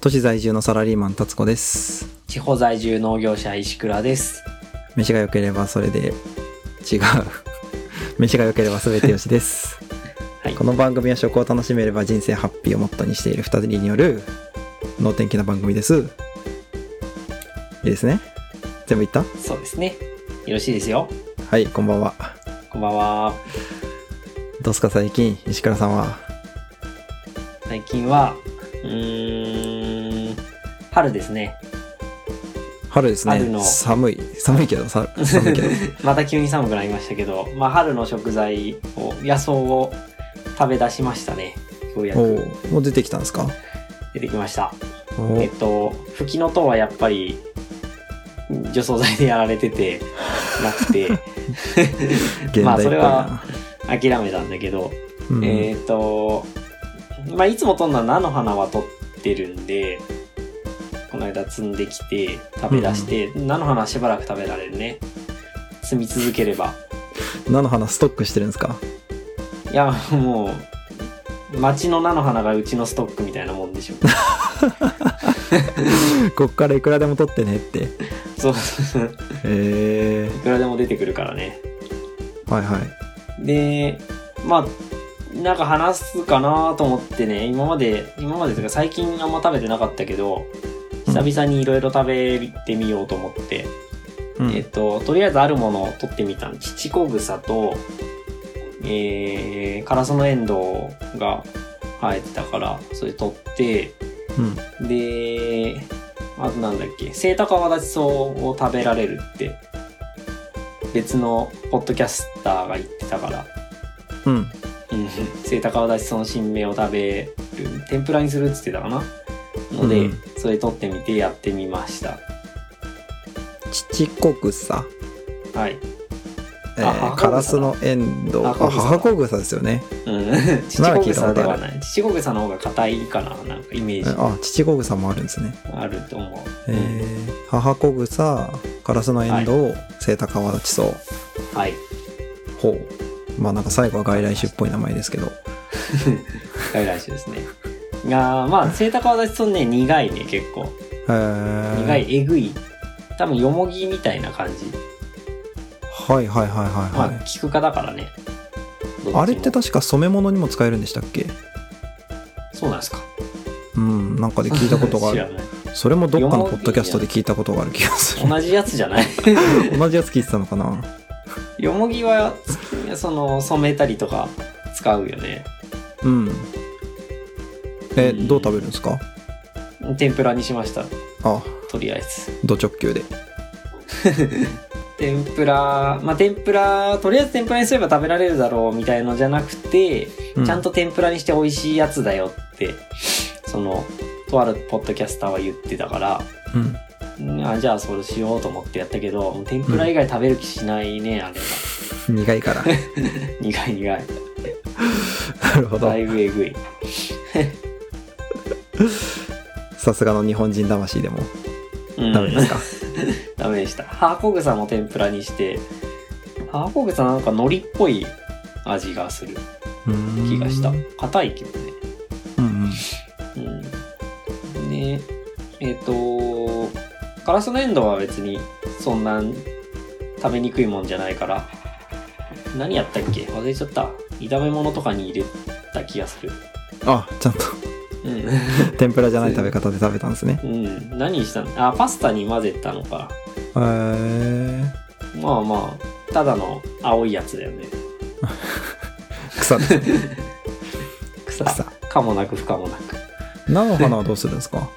都市在住のサラリーマン達子です地方在住農業者石倉です。飯が良ければそれで違う飯が良ければ全てよしです、はいこの番組は食を楽しめれば人生ハッピーをモットーにしている2人による能天気な番組ですいいですね全部言ったそうですね。よろしいですよ。はいこんばんはこんばんは。どうすか最近石倉さんは最近は、うーん、春で すね。春です春ねの寒い寒いけどさ寒 いけどまた急に寒くなりましたけど、まあ春の食材を、野草を食べ出しましたね。ようやおくーもう出てきたんですか出てきました。おえーっと、フキノトウはやっぱり、除草剤でやられてて、な くて、現まあ代っぽそいれな、は諦めたんだけど、うんえっ、と、まあ、いつも取るのは菜の花は取ってるんで、この間摘んできて食べ出して、菜の花はしばらく食べられるね。摘み続ければ。菜の花ストックしてるんですかいや、もう、町の菜の花がうちのストックみたいなもん でしょ。こっからいくらでも取ってねってそうそうそう。へえいくらでも出てくるからね。はいはいで、まあ、なんか話すかなと思ってね、今まで、今までというか最近あんま食べてなかったけど、うん久々にいろいろ食べてみようと思って、うんえっと、とりあえずあるものを取ってみたの。チコグサと、えー、カラスのエンドウが生えてたから、それ取って、うんで、あとなんだっけ、セイタカワダチソウを食べられるって、別のポッドキャスターが言ってたから、うんうん、セイタカワダチソウの新芽を食べる、天ぷらにするって言ってたかなので、うんそれ取ってみてやってみました。父子草、はい。えー、母子草カだラスのエンドウあ母子草母だ子草ですよねうん、ま父だこ聞ぐいたこさとであるはない。父こぐさの方が硬いかな、なんかイメージあ父子草もあるんですね、あると思う。えー、母子草カラスのエンドウ、セイタカワダチソウはい。ほうまあなんか最後は外来種っぽい名前ですけど外来種ですね。が、まあ、セイタカワダチソウね、苦いね、結構。苦苦い、えぐい。多分、よもぎみたいな感じ。はいはいはいはいまはあい、、菊科だからね。どちもあれって確か染め物にも使えるんでしたっけそうなんですか。うんなんかで聞いたことがあ知らるないそれもどっかのポッドキャストで聞いたことがある気がする同じやつじゃない 同じやつ聞いてたのかなよもぎは、その、染めたりとか使うよね。うんえうんどう食べるんですか天ぷらにしました、あとりあえず。ド直球で天ぷらまあ天ぷらとりあえず天ぷらにすれば食べられるだろうみたいのじゃなくて、うちゃんと天ぷらにして美味しいやつだよってそのとあるポッドキャスターは言ってたからうんうんあじゃあそれしようと思ってやったけどもう天ぷら以外食べる気しないね、あれは 苦いから苦い苦いなるほどだいぶえぐいさすがの日本人魂でもうんダメですかダメでしたハーコグサも天ぷらにしてハーコグサなんか海苔っぽい味がするうーん気がしたうん硬いけどねうんうんねえっ、とガラスのエンドウは別にそんな食べにくいもんじゃないから何やったっけ忘れちゃった炒め物とかに入れた気がするあちゃ んとう天ぷらじゃない食べ方で食べたんですねん、うん、何したのあパスタに混ぜたのかへえまあまあただの青いやつだよね草ですね草草かもなく不可もなく菜の花はどうするんですか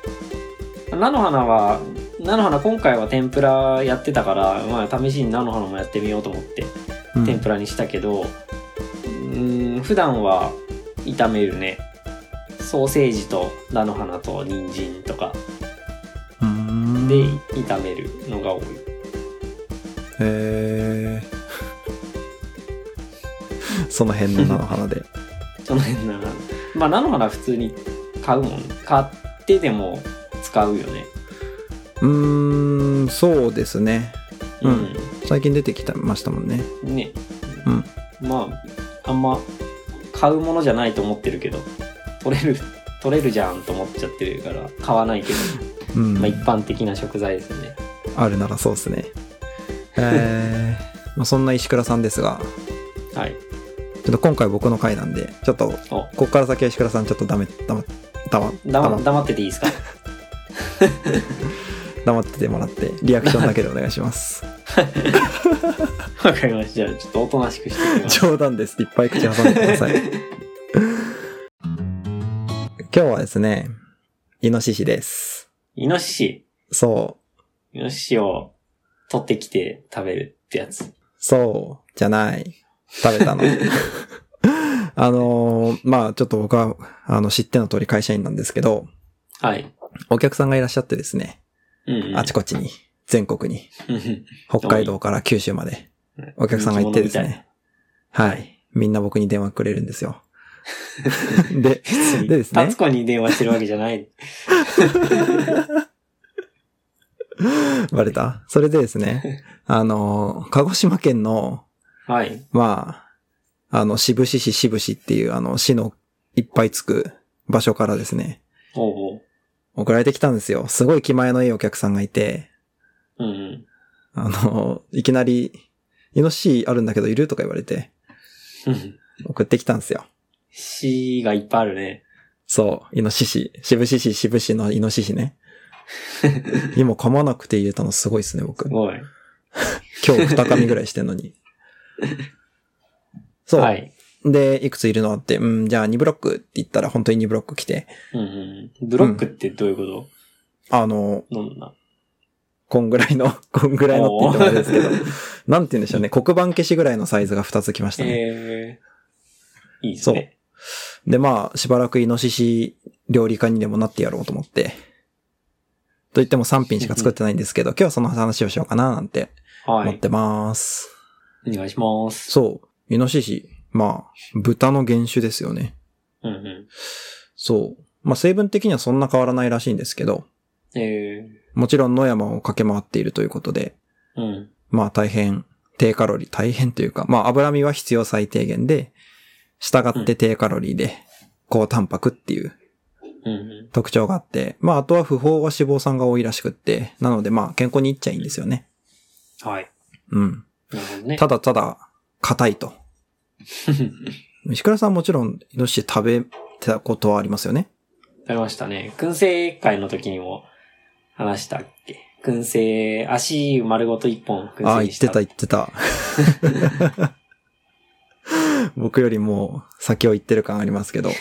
菜の花は菜の花今回は天ぷらやってたから、まあ、試しに菜の花もやってみようと思ってうん天ぷらにしたけど、うーん、普段は炒めるね。ソーセージと菜の花と人参とかうーんでへ炒めるのが多い。えその辺の菜の花でその辺なら。まあ菜の花普通に買うもん。買ってでも使うよね。うーんそうですねううんん。最近出てきたましたもんねね。うんまあ、あんま買うものじゃないと思ってるけど、取れる、取れるじゃんと思っちゃってるから買わないけうど、ん、まあ、一般的な食材ですねあるならそうですね。え ー、まあそんな石倉さんですが、はいちょっと今回僕の回なんで、ちょっと、こおこから先は石倉さんちょっとダメ、黙、黙、黙黙黙ってていいですか黙っててもらって、リアクションだけでお願いし ます。わかりましたじゃあちょっとおとなしくしてみます冗談です。いっぱい口挟んでくだ さい。今日はですね、イノシシです。イノシシそう。イノシシを取ってきて食べるってやつそう、じゃない。食 べたの。あのーまあちょっと僕は、あの、知っての通り会社員なんですけど、はいお客さんがいらっしゃってですね、うんうんあ ちこちに、全国に、うんうん北海道から九州まで、お客さんが行ってですね、物みたいはい。みんな僕に電話くれるんです よ。で、でですタねツ、コに電話してるわけじゃない。バレたそれでですね、 あのー鹿児島県の、はい。まあ、あの、志布志市志布志っていう、あの、市のいっぱいつく場所からですね、おうおう。送られてきたんですよ。すごい気前のいいお客さんがいて、うんうん。あの、いきなり、イノシシあるんだけどいるとか言われて、うん送ってきたんですよ。死がいっぱいあるね。そう、イノシシ。しぶしし、しぶしのイノシシ ね。今噛まなくて言えたのすごいですね、僕す。ごい。今日二噛みぐらいしてんの に。そう。はい。で、いくついるのあって、うん、じゃあ2ブロックって言ったら本当に2ブロック来て、うんうん。ブロックってどういうこあの、と、どんな。こんぐらいの、こんぐらいのって言ってもあれです けど、なんて言うんでしょうね、黒板消しぐらいのサイズが2つ来ましたね。ええいいですね。で、まあ、しばらくイノシシ料理家にでもなってやろうと思って。と言っても3品しか作ってないんです けど、今日はその話をしようかななんては思っい。てます。お願いします。そう。イノシシ。まあ、豚の原種ですよね。うんうそう。まあ、成分的にはそんな変わらないらしいんですけど、ん。えもちろん野山を駆け回っているということで、えうん。まあ大変、低カロリー、大変というか、まあ脂身は必要最低限で、従って低カロリーで、高タンパクっていううんう特徴があって、まあ、あとは不飽和脂肪酸が多いらしくって、なのでまあ、健康にいいっちゃいいんですよね。ん。はい。うん。なるほどね。ただただ、硬いと。食石倉さんもちろん、イノシシ食べたことはありますよね。べましたね。燻製会の時にも話したっけ燻製、足丸ごと一本燻ああ、製言にっしてた。た言ってた。僕よりも先を行ってる感ありますけど。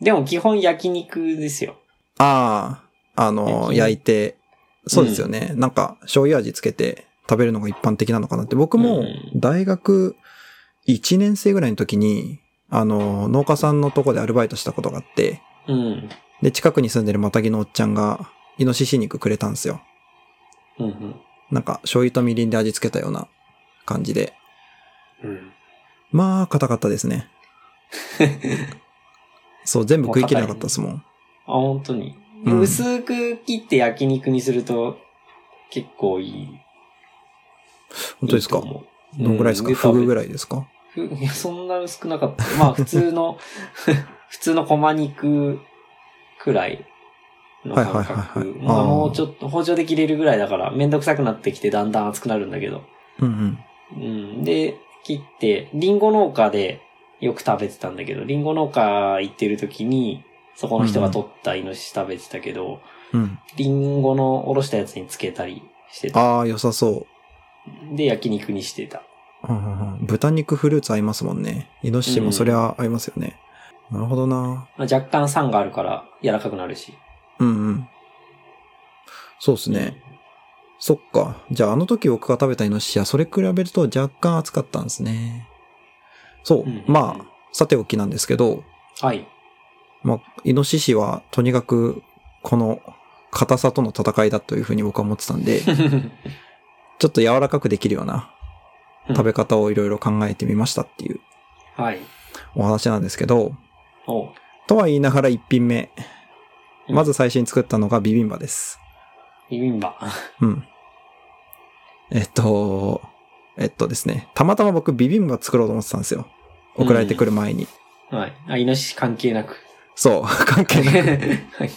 でも基本焼肉ですよ。ああ、あの、焼き焼いて、そうですよね。なんか、醤油味つけて食べるのが一般的なのかなって。僕うもん、大学1年生ぐらいの時に、あの、農家さんのとこでアルバイトしたことがあって、うん。で、近くに住んでるマタギのおっちゃんが、イノシシ肉くれたんですよ。うんうん。なんか、醤油とみりんで味付けたような感じで。うん。まあ、硬かったです ね。そう、全部食い切れなかったですもん。あ、本当に。うん薄く切って焼肉にすると結構いい。本当ですかいいと思うどんぐらいですかうんフグぐらいですかふ いや、そんな薄くなかった。まあ、普通の、 普通の駒肉くらいの感 覚。はいはいはいはいまああ、ーもうちょっと包丁で切れるぐらいだから、めんどくさくなってきてだんだん熱くなるんだけど。うんうん。うん。で、切って、リンゴ農家でよく食べてたんだけど、リンゴ農家行ってる時に、そこの人が取ったイノシシ食べてたけど、うん。リンゴのおろしたやつにつけたりしてた。ああ、良さそう。で、焼肉にしてた。うんうんうん豚肉フルーツ合いますもんね。イノシシもそりゃ合いますよね。なるほどな。まあ、若干酸があるから柔らかくなるし。うんうん。そうですね。そっか。じゃああの時僕が食べたイノシシはそれ比べると若干熱かったんですね。そう。うんうんまあ、さておきなんですけど、はい。まあ、イノシシはとにかくこの硬さとの戦いだというふうに僕は思ってたん で、ちょっと柔らかくできるような食べ方をいろいろ考えてみましたっていう はい。お話なんですけど、おうとは言いながら一品目。うんまず最初に作ったのがビビンバです。ビビンバ。うん。えっと、えっとですね。たまたま僕ビビンバ作ろうと思ってたんですよ。送られてくる前に。はい。あ、イノシシ関係なく。そう、 関係ない。はい。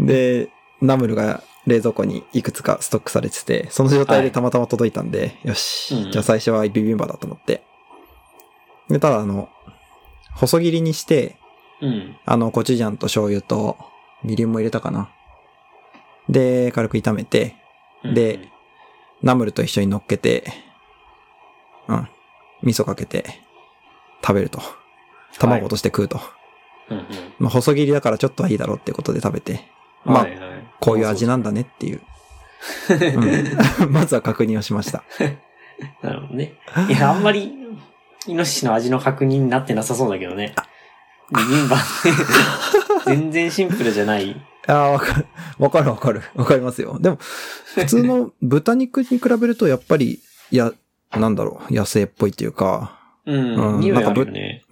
で、ナムルが冷蔵庫にいくつかストックされてて、その状態でたまたま届いたんで、よし、うんじゃあ最初はビビンバだと思って。で、ただあの、細切りにして、 うん。あの、コチュジャンと醤油と、みりんも入れたかな。で、軽く炒めて、うんで、ナムルと一緒に乗っけて、うん、味噌かけて、食べると。卵落として食うと。うんうん、まあ、細切りだからちょっとはいいだろうってことで食べて、まあはいはいこういう味なんだねっていう。うん まずは確認をしました。なるほどね。いや、あんまり、イノシシの味の確認になってなさそうだけどね。ビビ ンバね全然シンプルじゃない。ああ、わかる。わかるわかる。わかりますよ。でも、普通の豚肉に比べるとやっぱり、いや、なんだろう、野生っぽいっていうか、うん。うん匂いなんかあるぶよね。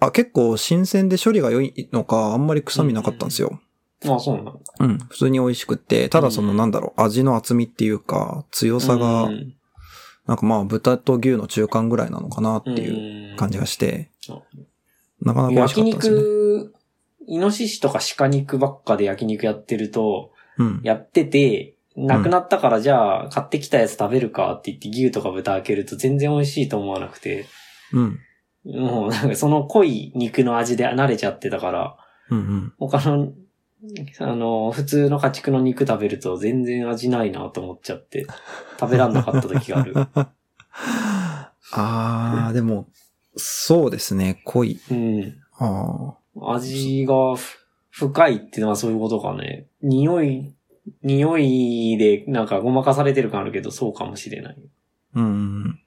あ、結構新鮮で処理が良いのか、あんまり臭みなかったんですよ。あ、そうなんだ。うん、普通に美味しくって、ただそうのんなんだろう、味の厚みっていうか、強さがう、んなんかまあ豚と牛の中間ぐらいなのかなっていううん感じがしてうん、なかなか美味しか焼ったですね。肉、イノシシとか鹿肉ばっかで焼肉やってると、うん。やってて、なくなったからじゃあ買ってきたやつ食べるかって言って牛とか豚開けると全然美味しいと思わなくて、うん。もうなんかその濃い肉の味で慣れちゃってたから、うんうん。他の、あの、普通の家畜の肉食べると全然味ないなと思っちゃって、食べらんなかった時があ る。ああ、でも、そうですね、濃い。うん。あ味がふ深いっていうのはそういうことかね。匂い、匂いでなんかごまかされてる感あるけど、そうかもしれない。あ、うん。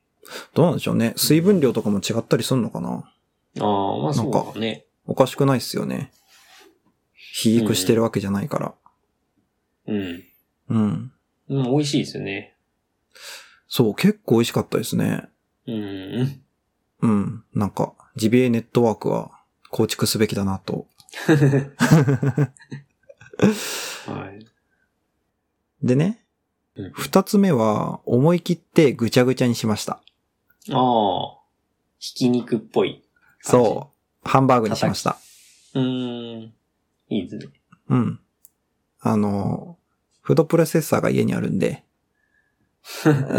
どうなんでしょうね。水分量とかも違ったりするのかなああ、まあそうだね。おかしくないっすよね。肥育してるわけじゃないから。うん。うん。うん、美味しいですよね。そう、結構美味しかったですね。うん。うん。なんか、ジビエネットワークは構築すべきだなと。はい。でねうん、二つ目は、思い切ってぐちゃぐちゃにしました。ああ、ひき肉っぽい。そう。ハンバーグにしました。う。うーん。いいですね。うん。あの、フードプロセッサーが家にあるん で、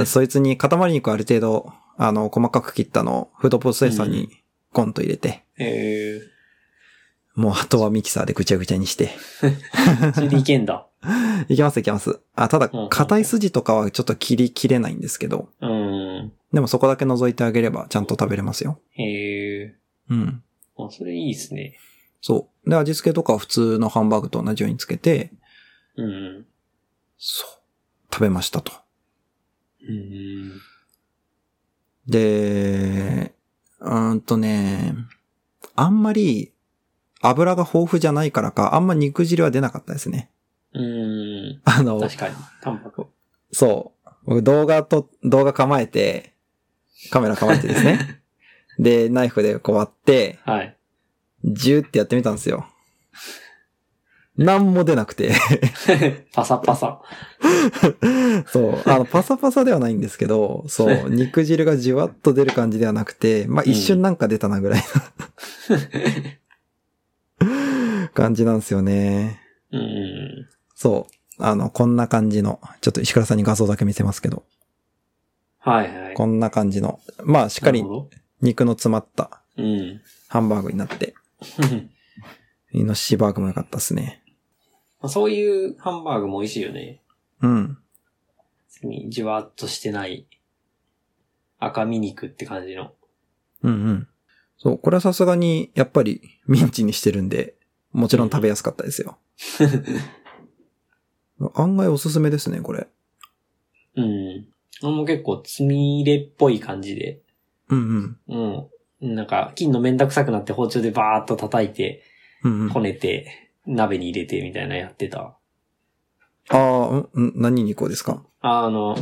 そいつに塊肉ある程度、あの、細かく切ったのをフードプロセッサーうにゴンと入れて、ええもうあとはミキサーでぐちゃぐちゃに して。ー、それでいけんだ。いきますいきます。あ、ただうんうん、硬い筋とかはちょっと切り切れないんですけど、 うん。でもそこだけ除いてあげればちゃんと食べれますよ。ええうん。ー、あ、それいいですね。そう。で、味付けとかは普通のハンバーグと同じようにつけて、うん。そう。食べましたと。うん。で、うーんとね、あんまり油が豊富じゃないからか、あんま肉汁は出なかったですね。うん。あの確、かに。タンパク。そう。僕動画と、動画構えて、カメラ構えてです ね。で、ナイフでこう割って、はい。 ジューってやってみたんですよ。なんも出なく て。パサパサ。そう。あの、パサパサではないんですけど、そう。肉汁がじわっと出る感じではなくて、まあ、うん一瞬なんか出たなぐらい な感じなんですよね。うん。そう。あの、こんな感じの、ちょっと石倉さんに画像だけ見せますけど、はいはい。こんな感じの、まあ、しっかりなるほど肉の詰まった うん。ハンバーグになって、イノシシバーグも良かったですね。そういうハンバーグも美味しいよね。うん。別にじわっとしてない赤身肉って感じの。うんうん。そう。これはさすがに、やっぱり、ミンチにしてるんで、もちろん食べやすかったですよ。案外おすすめですね、これ。うん。もう結構つみれっぽい感じで。うんうん。うん。なんか、金のめんどくさくなって包丁でバーッと叩いて、うんうん、こあねて、鍋に入れてみたいなやってた。あー、うんうん、何に行こうですかああの、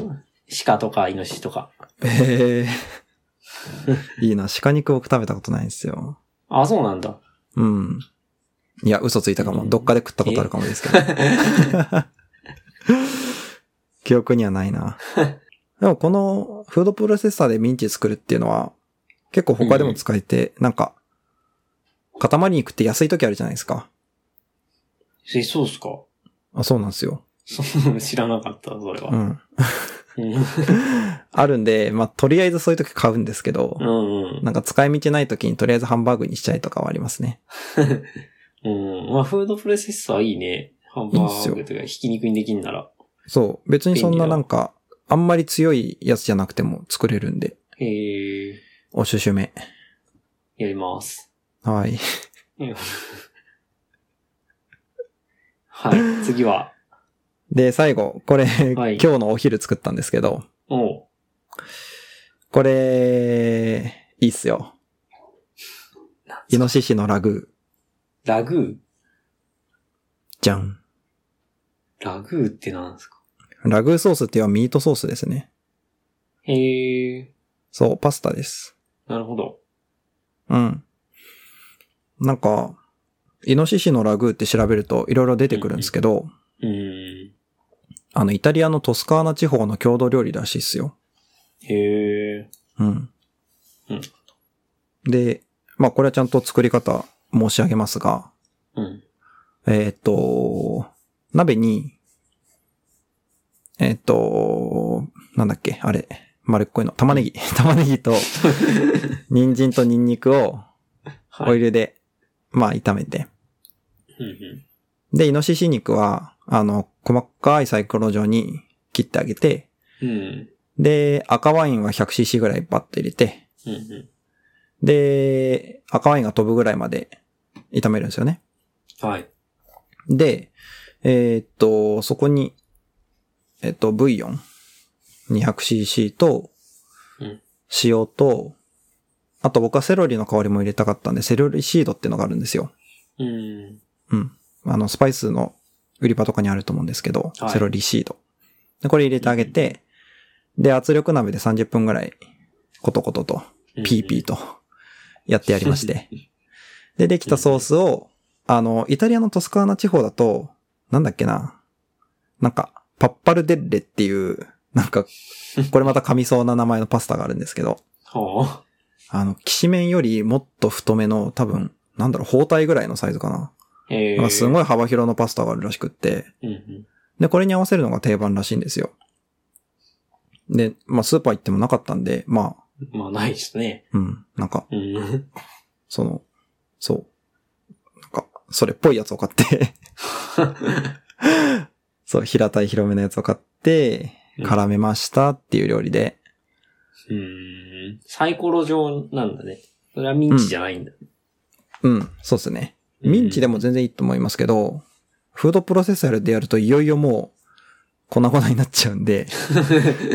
鹿とかイノシシとか。ええいいな、鹿肉僕食べたことないんですよ。ああ、そうなんだ。うん。いや、嘘ついたかも。どっかで食ったことあるかもですけ ど。記憶にはないな。でもこのフードプロセッサーでミンチ作るっていうのは結構他でも使えて、なんか塊肉って安い時あるじゃないですか。え、そうっすか あ、そうなんですよ。そう知らなかった、それうは。 ん。うん。あるんで、まあ、とりあえずそういう時買うんですけどう、んなんか使い道ない時にとりあえずハンバーグにしちゃいとかはありますね。うん。うん。まあ、フードプロセッサーいいね。ハンバーグとか、ひき肉にできんなら。そう。別にそん便利なだなんか、あんまり強いやつじゃなくても作れるんで、えー、おすすめ。やります。はい。 はい、次は。で、最後、これ、はい今日のお昼作ったんですけど、おう。これ、いいっすよ。イノシシのラグラグーー、じゃん。ラグーってなんですかラグーソースっていうのはミートソースですね。へえそう、パスタです。ー、なるほど。うん。なんか、イノシシのラグーって調べるといろいろ出てくるんですけど、うーん。あの、イタリアのトスカーナ地方の郷土料理らしいっすよ。へえうん。うんで、まあこれはちゃんと作り方申し上げますが、ー、うん。えーっ、と、鍋に、えーっ、と、なんだっけ、あれ、丸っこいの、玉ねぎ、 玉ね ぎと、人参とニンニクをはい。オイルで、まあ炒めて、うんうん。で、イノシシ肉は、あの、細かいサイコロ状に切ってあげて、うん。で、赤ワインは 100cc ぐらいバッと入れて、うんうで、赤ワインが飛ぶぐらいまで炒めるんですよね。ん。はい。で、えーっと、そこに、えっと、ブイヨン 200cc とうん、塩と、あと僕はセロリの香りも入れたかったんで、セロリシードってのがあるんですよ。うん。うん。あの、スパイスの売り場とかにあると思うんですけど、はいセロリシード。で、これ入れてあげて、で、圧力鍋で30分ぐらい、コトコトと、ピーピーと、やってやりまして。で、できたソースを、あの、イタリアのトスカーナ地方だと、なんだっけな、なんか、パッパルデッレっていう、なん か、これまた噛みそうな名前のパスタがあるんですけど、ー。 はあの、きしめんよりもっと太めの、多分、なんだろう、包帯ぐらいのサイズかな。あ。へえなんー。かすごい幅広のパスタがあるらしくって、うんうん。で、これに合わせるのが定番らしいんですよ。で、まあスーパー行ってもなかったんで、まあ、まあ、ないですね。うん、なんか、うん。 その、そう、なんか、それっぽいやつを買って、そう、平たい広めのやつを買って、うん絡めましたっていう料理で、うん。サイコロ状なんだね。それはミンチじゃないんだ。うん、そうですね。ミンチでも全然いいと思いますけど、フードプロセッサーでやるといよいよもう、粉々になっちゃうんで、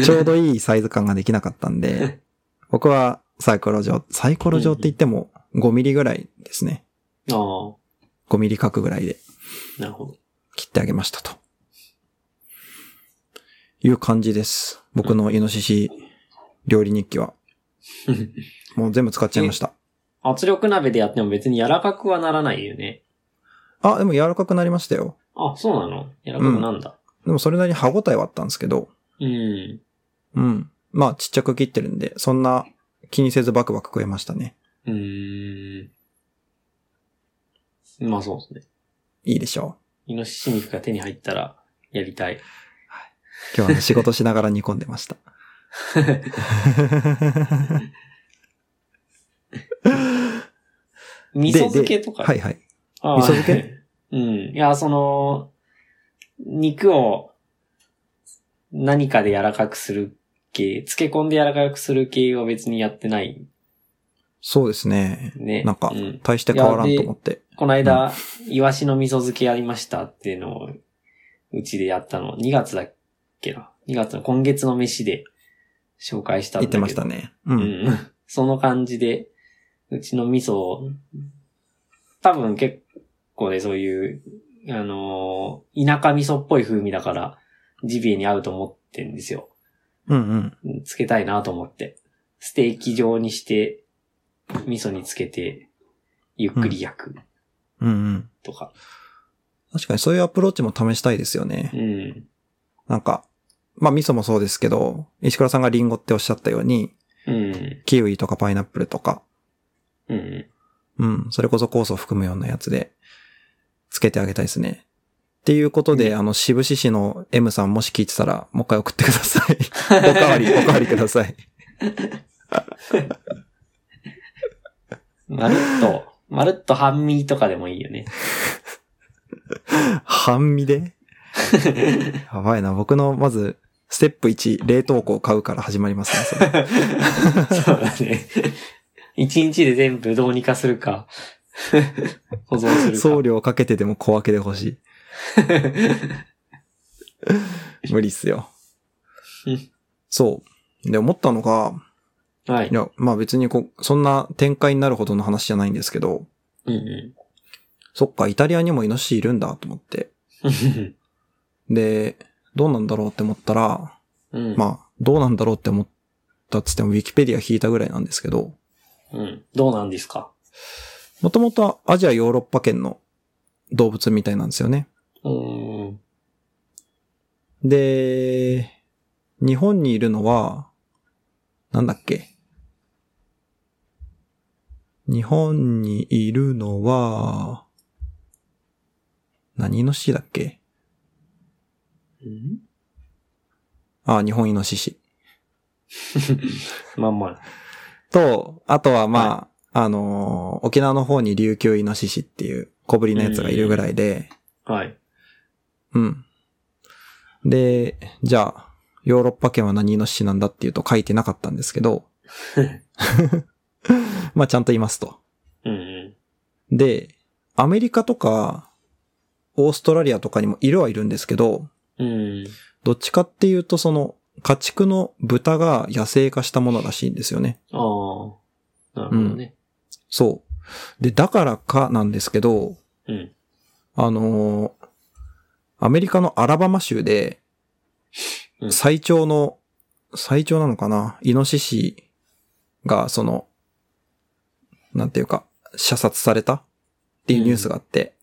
ちょうどいいサイズ感ができなかったんで、僕はサイコロ状、サイコロ状って言っても5ミリぐらいですね。ああ。 5ミリ角ぐらいでなるほど。 切ってあげましたと。いう感じです。僕のイノシシ料理日記は。もう全部使っちゃいました。圧力鍋でやっても別に柔らかくはならないよね。あ、でも柔らかくなりましたよ。あ、そうなの柔らかくなんだ。でもそれなりに歯応えはあったんですけど、うん。うん。まあちっちゃく切ってるんで、そんな気にせずバクバク食えましたね。うーん。まあそうですね。いいでしょイノシシ肉が手に入ったらやりたい。う。今日はね、仕事しながら煮込んでま した。味噌漬けとか。はいはい。あー味噌漬け うん。いや、その、肉を何かで柔らかくする系、漬け込んで柔らかくする系は別にやってないそうですね。ね。なんかうん、大して変わらんと思って。この間、イワシの味噌漬けやりましたっていうのを、うちでやったの、2月だっけな。2月の今月の飯で紹介したん言だっけど。てましたね。う。うんん。その感じで、うちの味噌を、多分結構ね、そういう、あのー田舎味噌っぽい風味だから、ジビエに合うと思ってんですよ。うんうん。つけたいなと思って。ステーキ状にして、味噌につけて、ゆっくり焼くうんうん。とか。確かにそういうアプローチも試したいですよねう。ん。なんか、まあ味噌もそうですけど、石倉さんがリンゴっておっしゃったように、うん。キウイとかパイナップルとか、うん。ううん。それこそ酵素を含むようなやつで、つけてあげたいですね。っていうことで、あの、渋志市の M さんもし聞いてたら、もう一回送ってくださ い。おかわり、 おかわりください。まるっと、まるっと半身とかでもいいよね。半身 でやばいな。僕の、まず、ステップ1、冷凍庫を買うから始まりますね、それ そうだね。一日で全部どうにかするか、 保存するか。送料かけてでも小分けで欲 しい。無理っすようん。そう。で、思ったのが、はいい。や、まあ別にこう、そんな展開になるほどの話じゃないんですけど、うんうそっか、イタリアにもイノシシいるんだと思って。 ん。で、どうなんだろうって思ったら、うん。まあ、どうなんだろうって思ったっつっても、ウィキペディア引いたぐらいなんですけど、うん。どうなんですかもともとはアジアヨーロッパ圏の動物みたいなんですよね。うーん。で、日本にいるのは、なんだっけ。日本にいるのは、何イノシシだっけうんあ、日本イノシシ。まあまあ。と、あとはまあ、あのー沖縄の方に琉球イノシシっていう小ぶりなやつがいるぐらいで、はい。うん。で、じゃあ、ヨーロッパ圏は何イノシシなんだっていうと書いてなかったんですけど、まあちゃんといますと。うんうん。で、アメリカとか、オーストラリアとかにもいるはいるんですけど、うん。どっちかっていうとその、家畜の豚が野生化したものらしいんですよね。ああ。なるほどね。そう。で、だからかなんですけど、うん。あのーアメリカのアラバマ州でう、ん最長の、最長なのかなイノシシが、その、なんていうか、射殺されたっていうニュースがあって、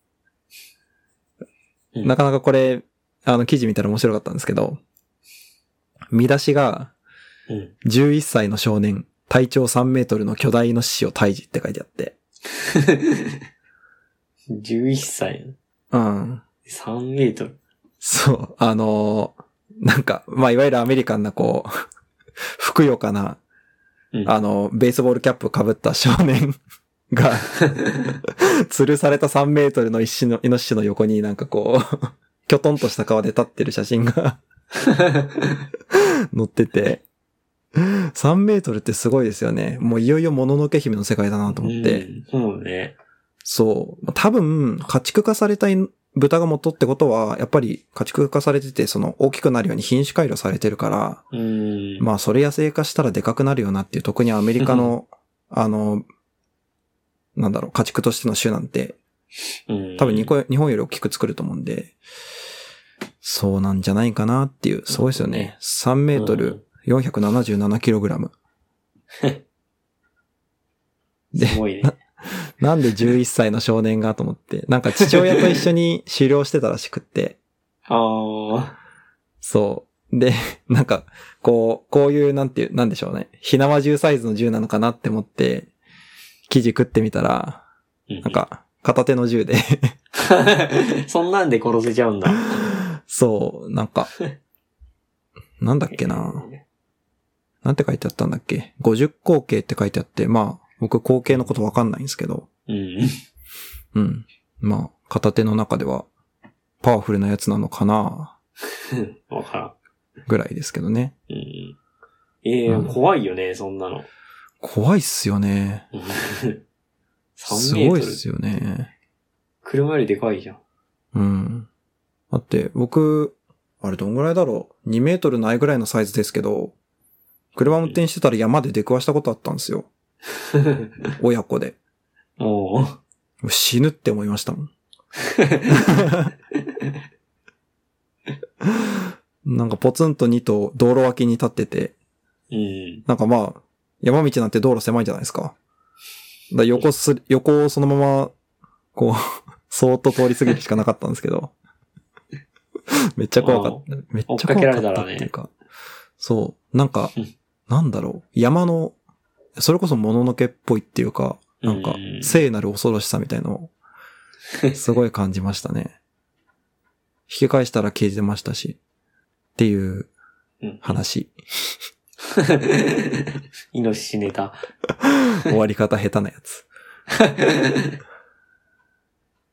うんなかなかこれ、あの、記事見たら面白かったんですけど、見出しが、うん。 11歳の少年、体長3メートルの巨大イノシシを退治って書いてあって、 11歳。うん。 3メートル。そう、あのーなんか、まあ、いわゆるアメリカンな、こう、 ふくよかな、うんあの、ベースボールキャップ被った少年 が、吊るされた3メートルの石の、イノシシの横になんかこう、 きょとんとした顔で立ってる写真が 載ってて、3メートルってすごいですよね。もういよいよもののけ姫の世界だなと思って。うん。そうね。そう。多分、家畜化されたい豚が元ってことは、やっぱり家畜化されてて、その大きくなるように品種改良されてるから、うん。まあそれ野生化したらでかくなるよなっていう、特にアメリカの、あの、なんだろう、家畜としての種なんて、うん多分日本日本より大きく作ると思うんで、そうなんじゃないかなっていう、そうですよね。3メートル477キログラ ム。で、すごいね。なんで11歳の少年がと思って、なんか父親と一緒に狩猟してたらしくって、ああ。そう。で、なんか、こう、こういう、なんていう、なんでしょうね。ひなわ銃サイズの銃なのかなって思って、生地食ってみたら、ななん。か、片手の銃で、 そんなんで殺せちゃうんだ。そう、なんか、なんだっけな。なんて書いてあったんだっけ。50口径って書いてあって、まあ、僕口径のことわかんないんですけど、うん。うん。まあ、片手の中では、パワフルなやつなのかなわかぐらいですけどね。らん。うん。ええうん怖いよね、そんなの。怖いっすよね。す3メートごいルっ。すよね。車よりでかいじゃん。 うん。だって、僕、あれどんぐらいだろう ?2 メートルないぐらいのサイズですけど、車運転してたら山で出くわしたことあったんで すよ。親子で。もう、死ぬって思いましたも ん。なんかポツンと2頭道路脇に立ってて、うん。なんかまあ、山道なんて道路狭いじゃないですか。だから横すり、横をそのまま、こう、 そーっと通り過ぎるしかなかったんですけど。 めっちゃ怖かった。めっちゃ怖かったっていうか。そう。なんかうん、なんだろう。山の、それこそもののけっぽいっていうか、なんかうん、聖なる恐ろしさみたいのを、すごい感じましたね。引き返したら刑事出ましたし、っていううん 話。イノシシネタ。 終わり方下手なや つ。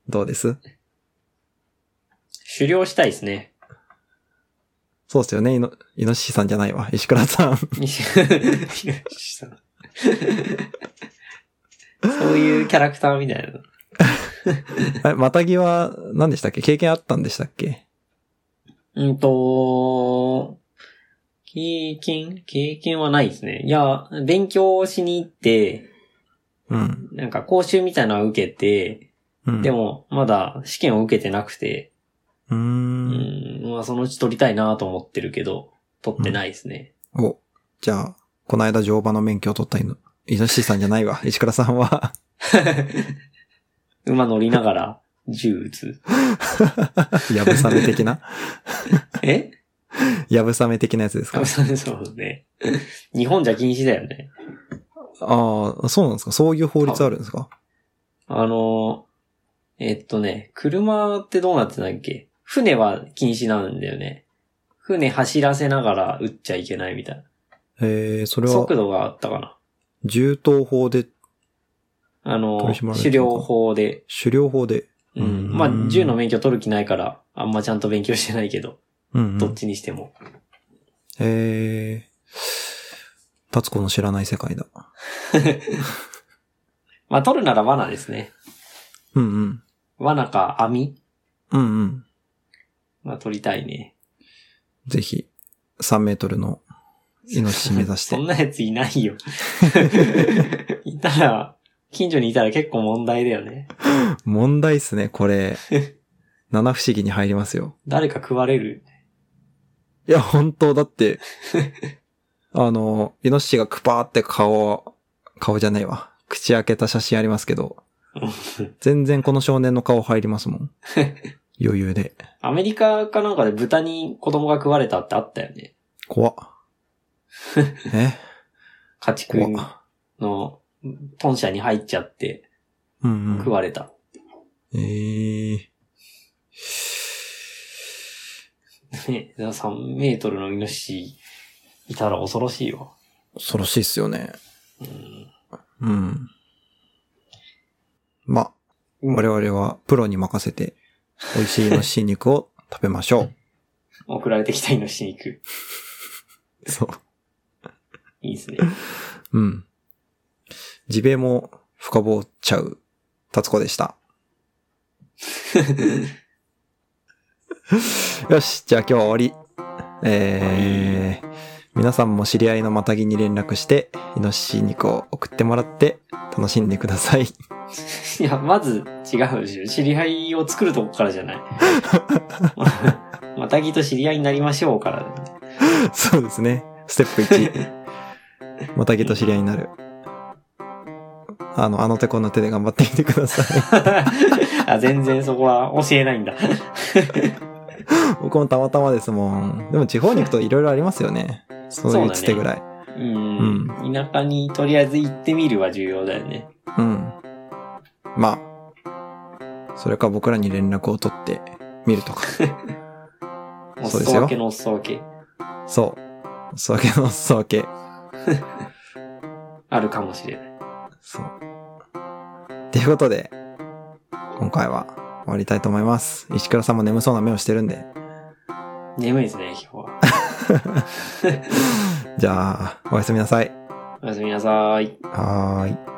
どうです狩猟したいで すね。 そうっすよね。イノイノシシさんじゃないわ。石倉さん。 イノシシさん。そういうキャラクターみたいな。え、またぎは何でしたっけ経験あったんでしたっけうんと、経験経験はないですね。いや、勉強しに行って、うん。なんか講習みたいなのを受けて、うん。で。もまだ試験を受けてなくて、うー。うんん、まあそのうち取りたいなと思ってるけど、取ってないですね。お、じゃあ、この間乗馬の免許を取ったイノイノシシさんじゃないわ。石倉さんは、 馬乗りながら銃撃つ。やぶさめ的 なえ やぶさめ的なやつですそかうそうね。日本じゃ禁止だよね。ああ、そうなんですかそういう法律あるんですかあの、えっとね、車ってどうなってたっけ船は禁止なんだよね。船走らせながら撃っちゃいけないみたいえー、それな。は速、度があったかな。銃刀法で、あの取り締ま、られて狩るのか猟法で。狩猟法で、ううんん。まあ、銃の免許取る気ないから、あんまちゃんと勉強してないけど、うん、うどっん。ちにしても。えー、達子の知らない世界だ。まあ、取るなら罠ですね。うんうん。罠か網うんうん。まあ、取りたいね。ぜひ、3メートルのイノシシ目指して そん。なやついない よ。いたら、近所にいたら結構問題だよね。問題っすね、こ れ。七不思議に入りますよ。誰か食われる。いや、本当だ って、あの、イノシシがクパーって顔を、顔じゃないわ。口開けた写真ありますけど、全然この少年の顔入りますも ん。余裕で。アメリカかなんかで豚に子供が食われたってあったよね。怖っ。 え家畜怖っ。の豚舎に入っちゃってうんう食ん。われた。 えー、ね、3メートルのイノシシいたら恐ろしいよ。恐ろしいっすよね。うんうん。まあ、うん我々はプロに任せて、美味しいイノシシ肉を食べましょ送られてきたイノシシ肉。う。そう。いいですね。うん。ジベも深掘っちゃう、達子でした。よし、じゃあ今日は終わり。えー、皆さんも知り合いのマタギに連絡して、イノシシ肉を送ってもらって、楽しんでください。 いや、まず違うでしょ。知り合いを作るとこからじゃない。 またぎと知り合いになりましょうから だね、そうですね。ステップ1。マタギと知り合いになる。あの、あの手この手で頑張ってみてください。あ全然そこは教えないんだ。僕もたまたまですもん。でも地方に行くといろいろありますよね。そういうつてぐらい。うん。田舎にとりあえず行ってみるは重要だよね。うん。まあ、それか僕らに連絡を取ってみる とか。おそうすですそよ分けのおすそ分け。そう。お裾分け のお裾分け。あるかもしれない。そう。ということで、今回は終わりたいと思います。石倉さんも眠そうな目をしてるんで。眠いですね、今日は。じゃあ、おやすみなさい。おやすみなさい。はーい。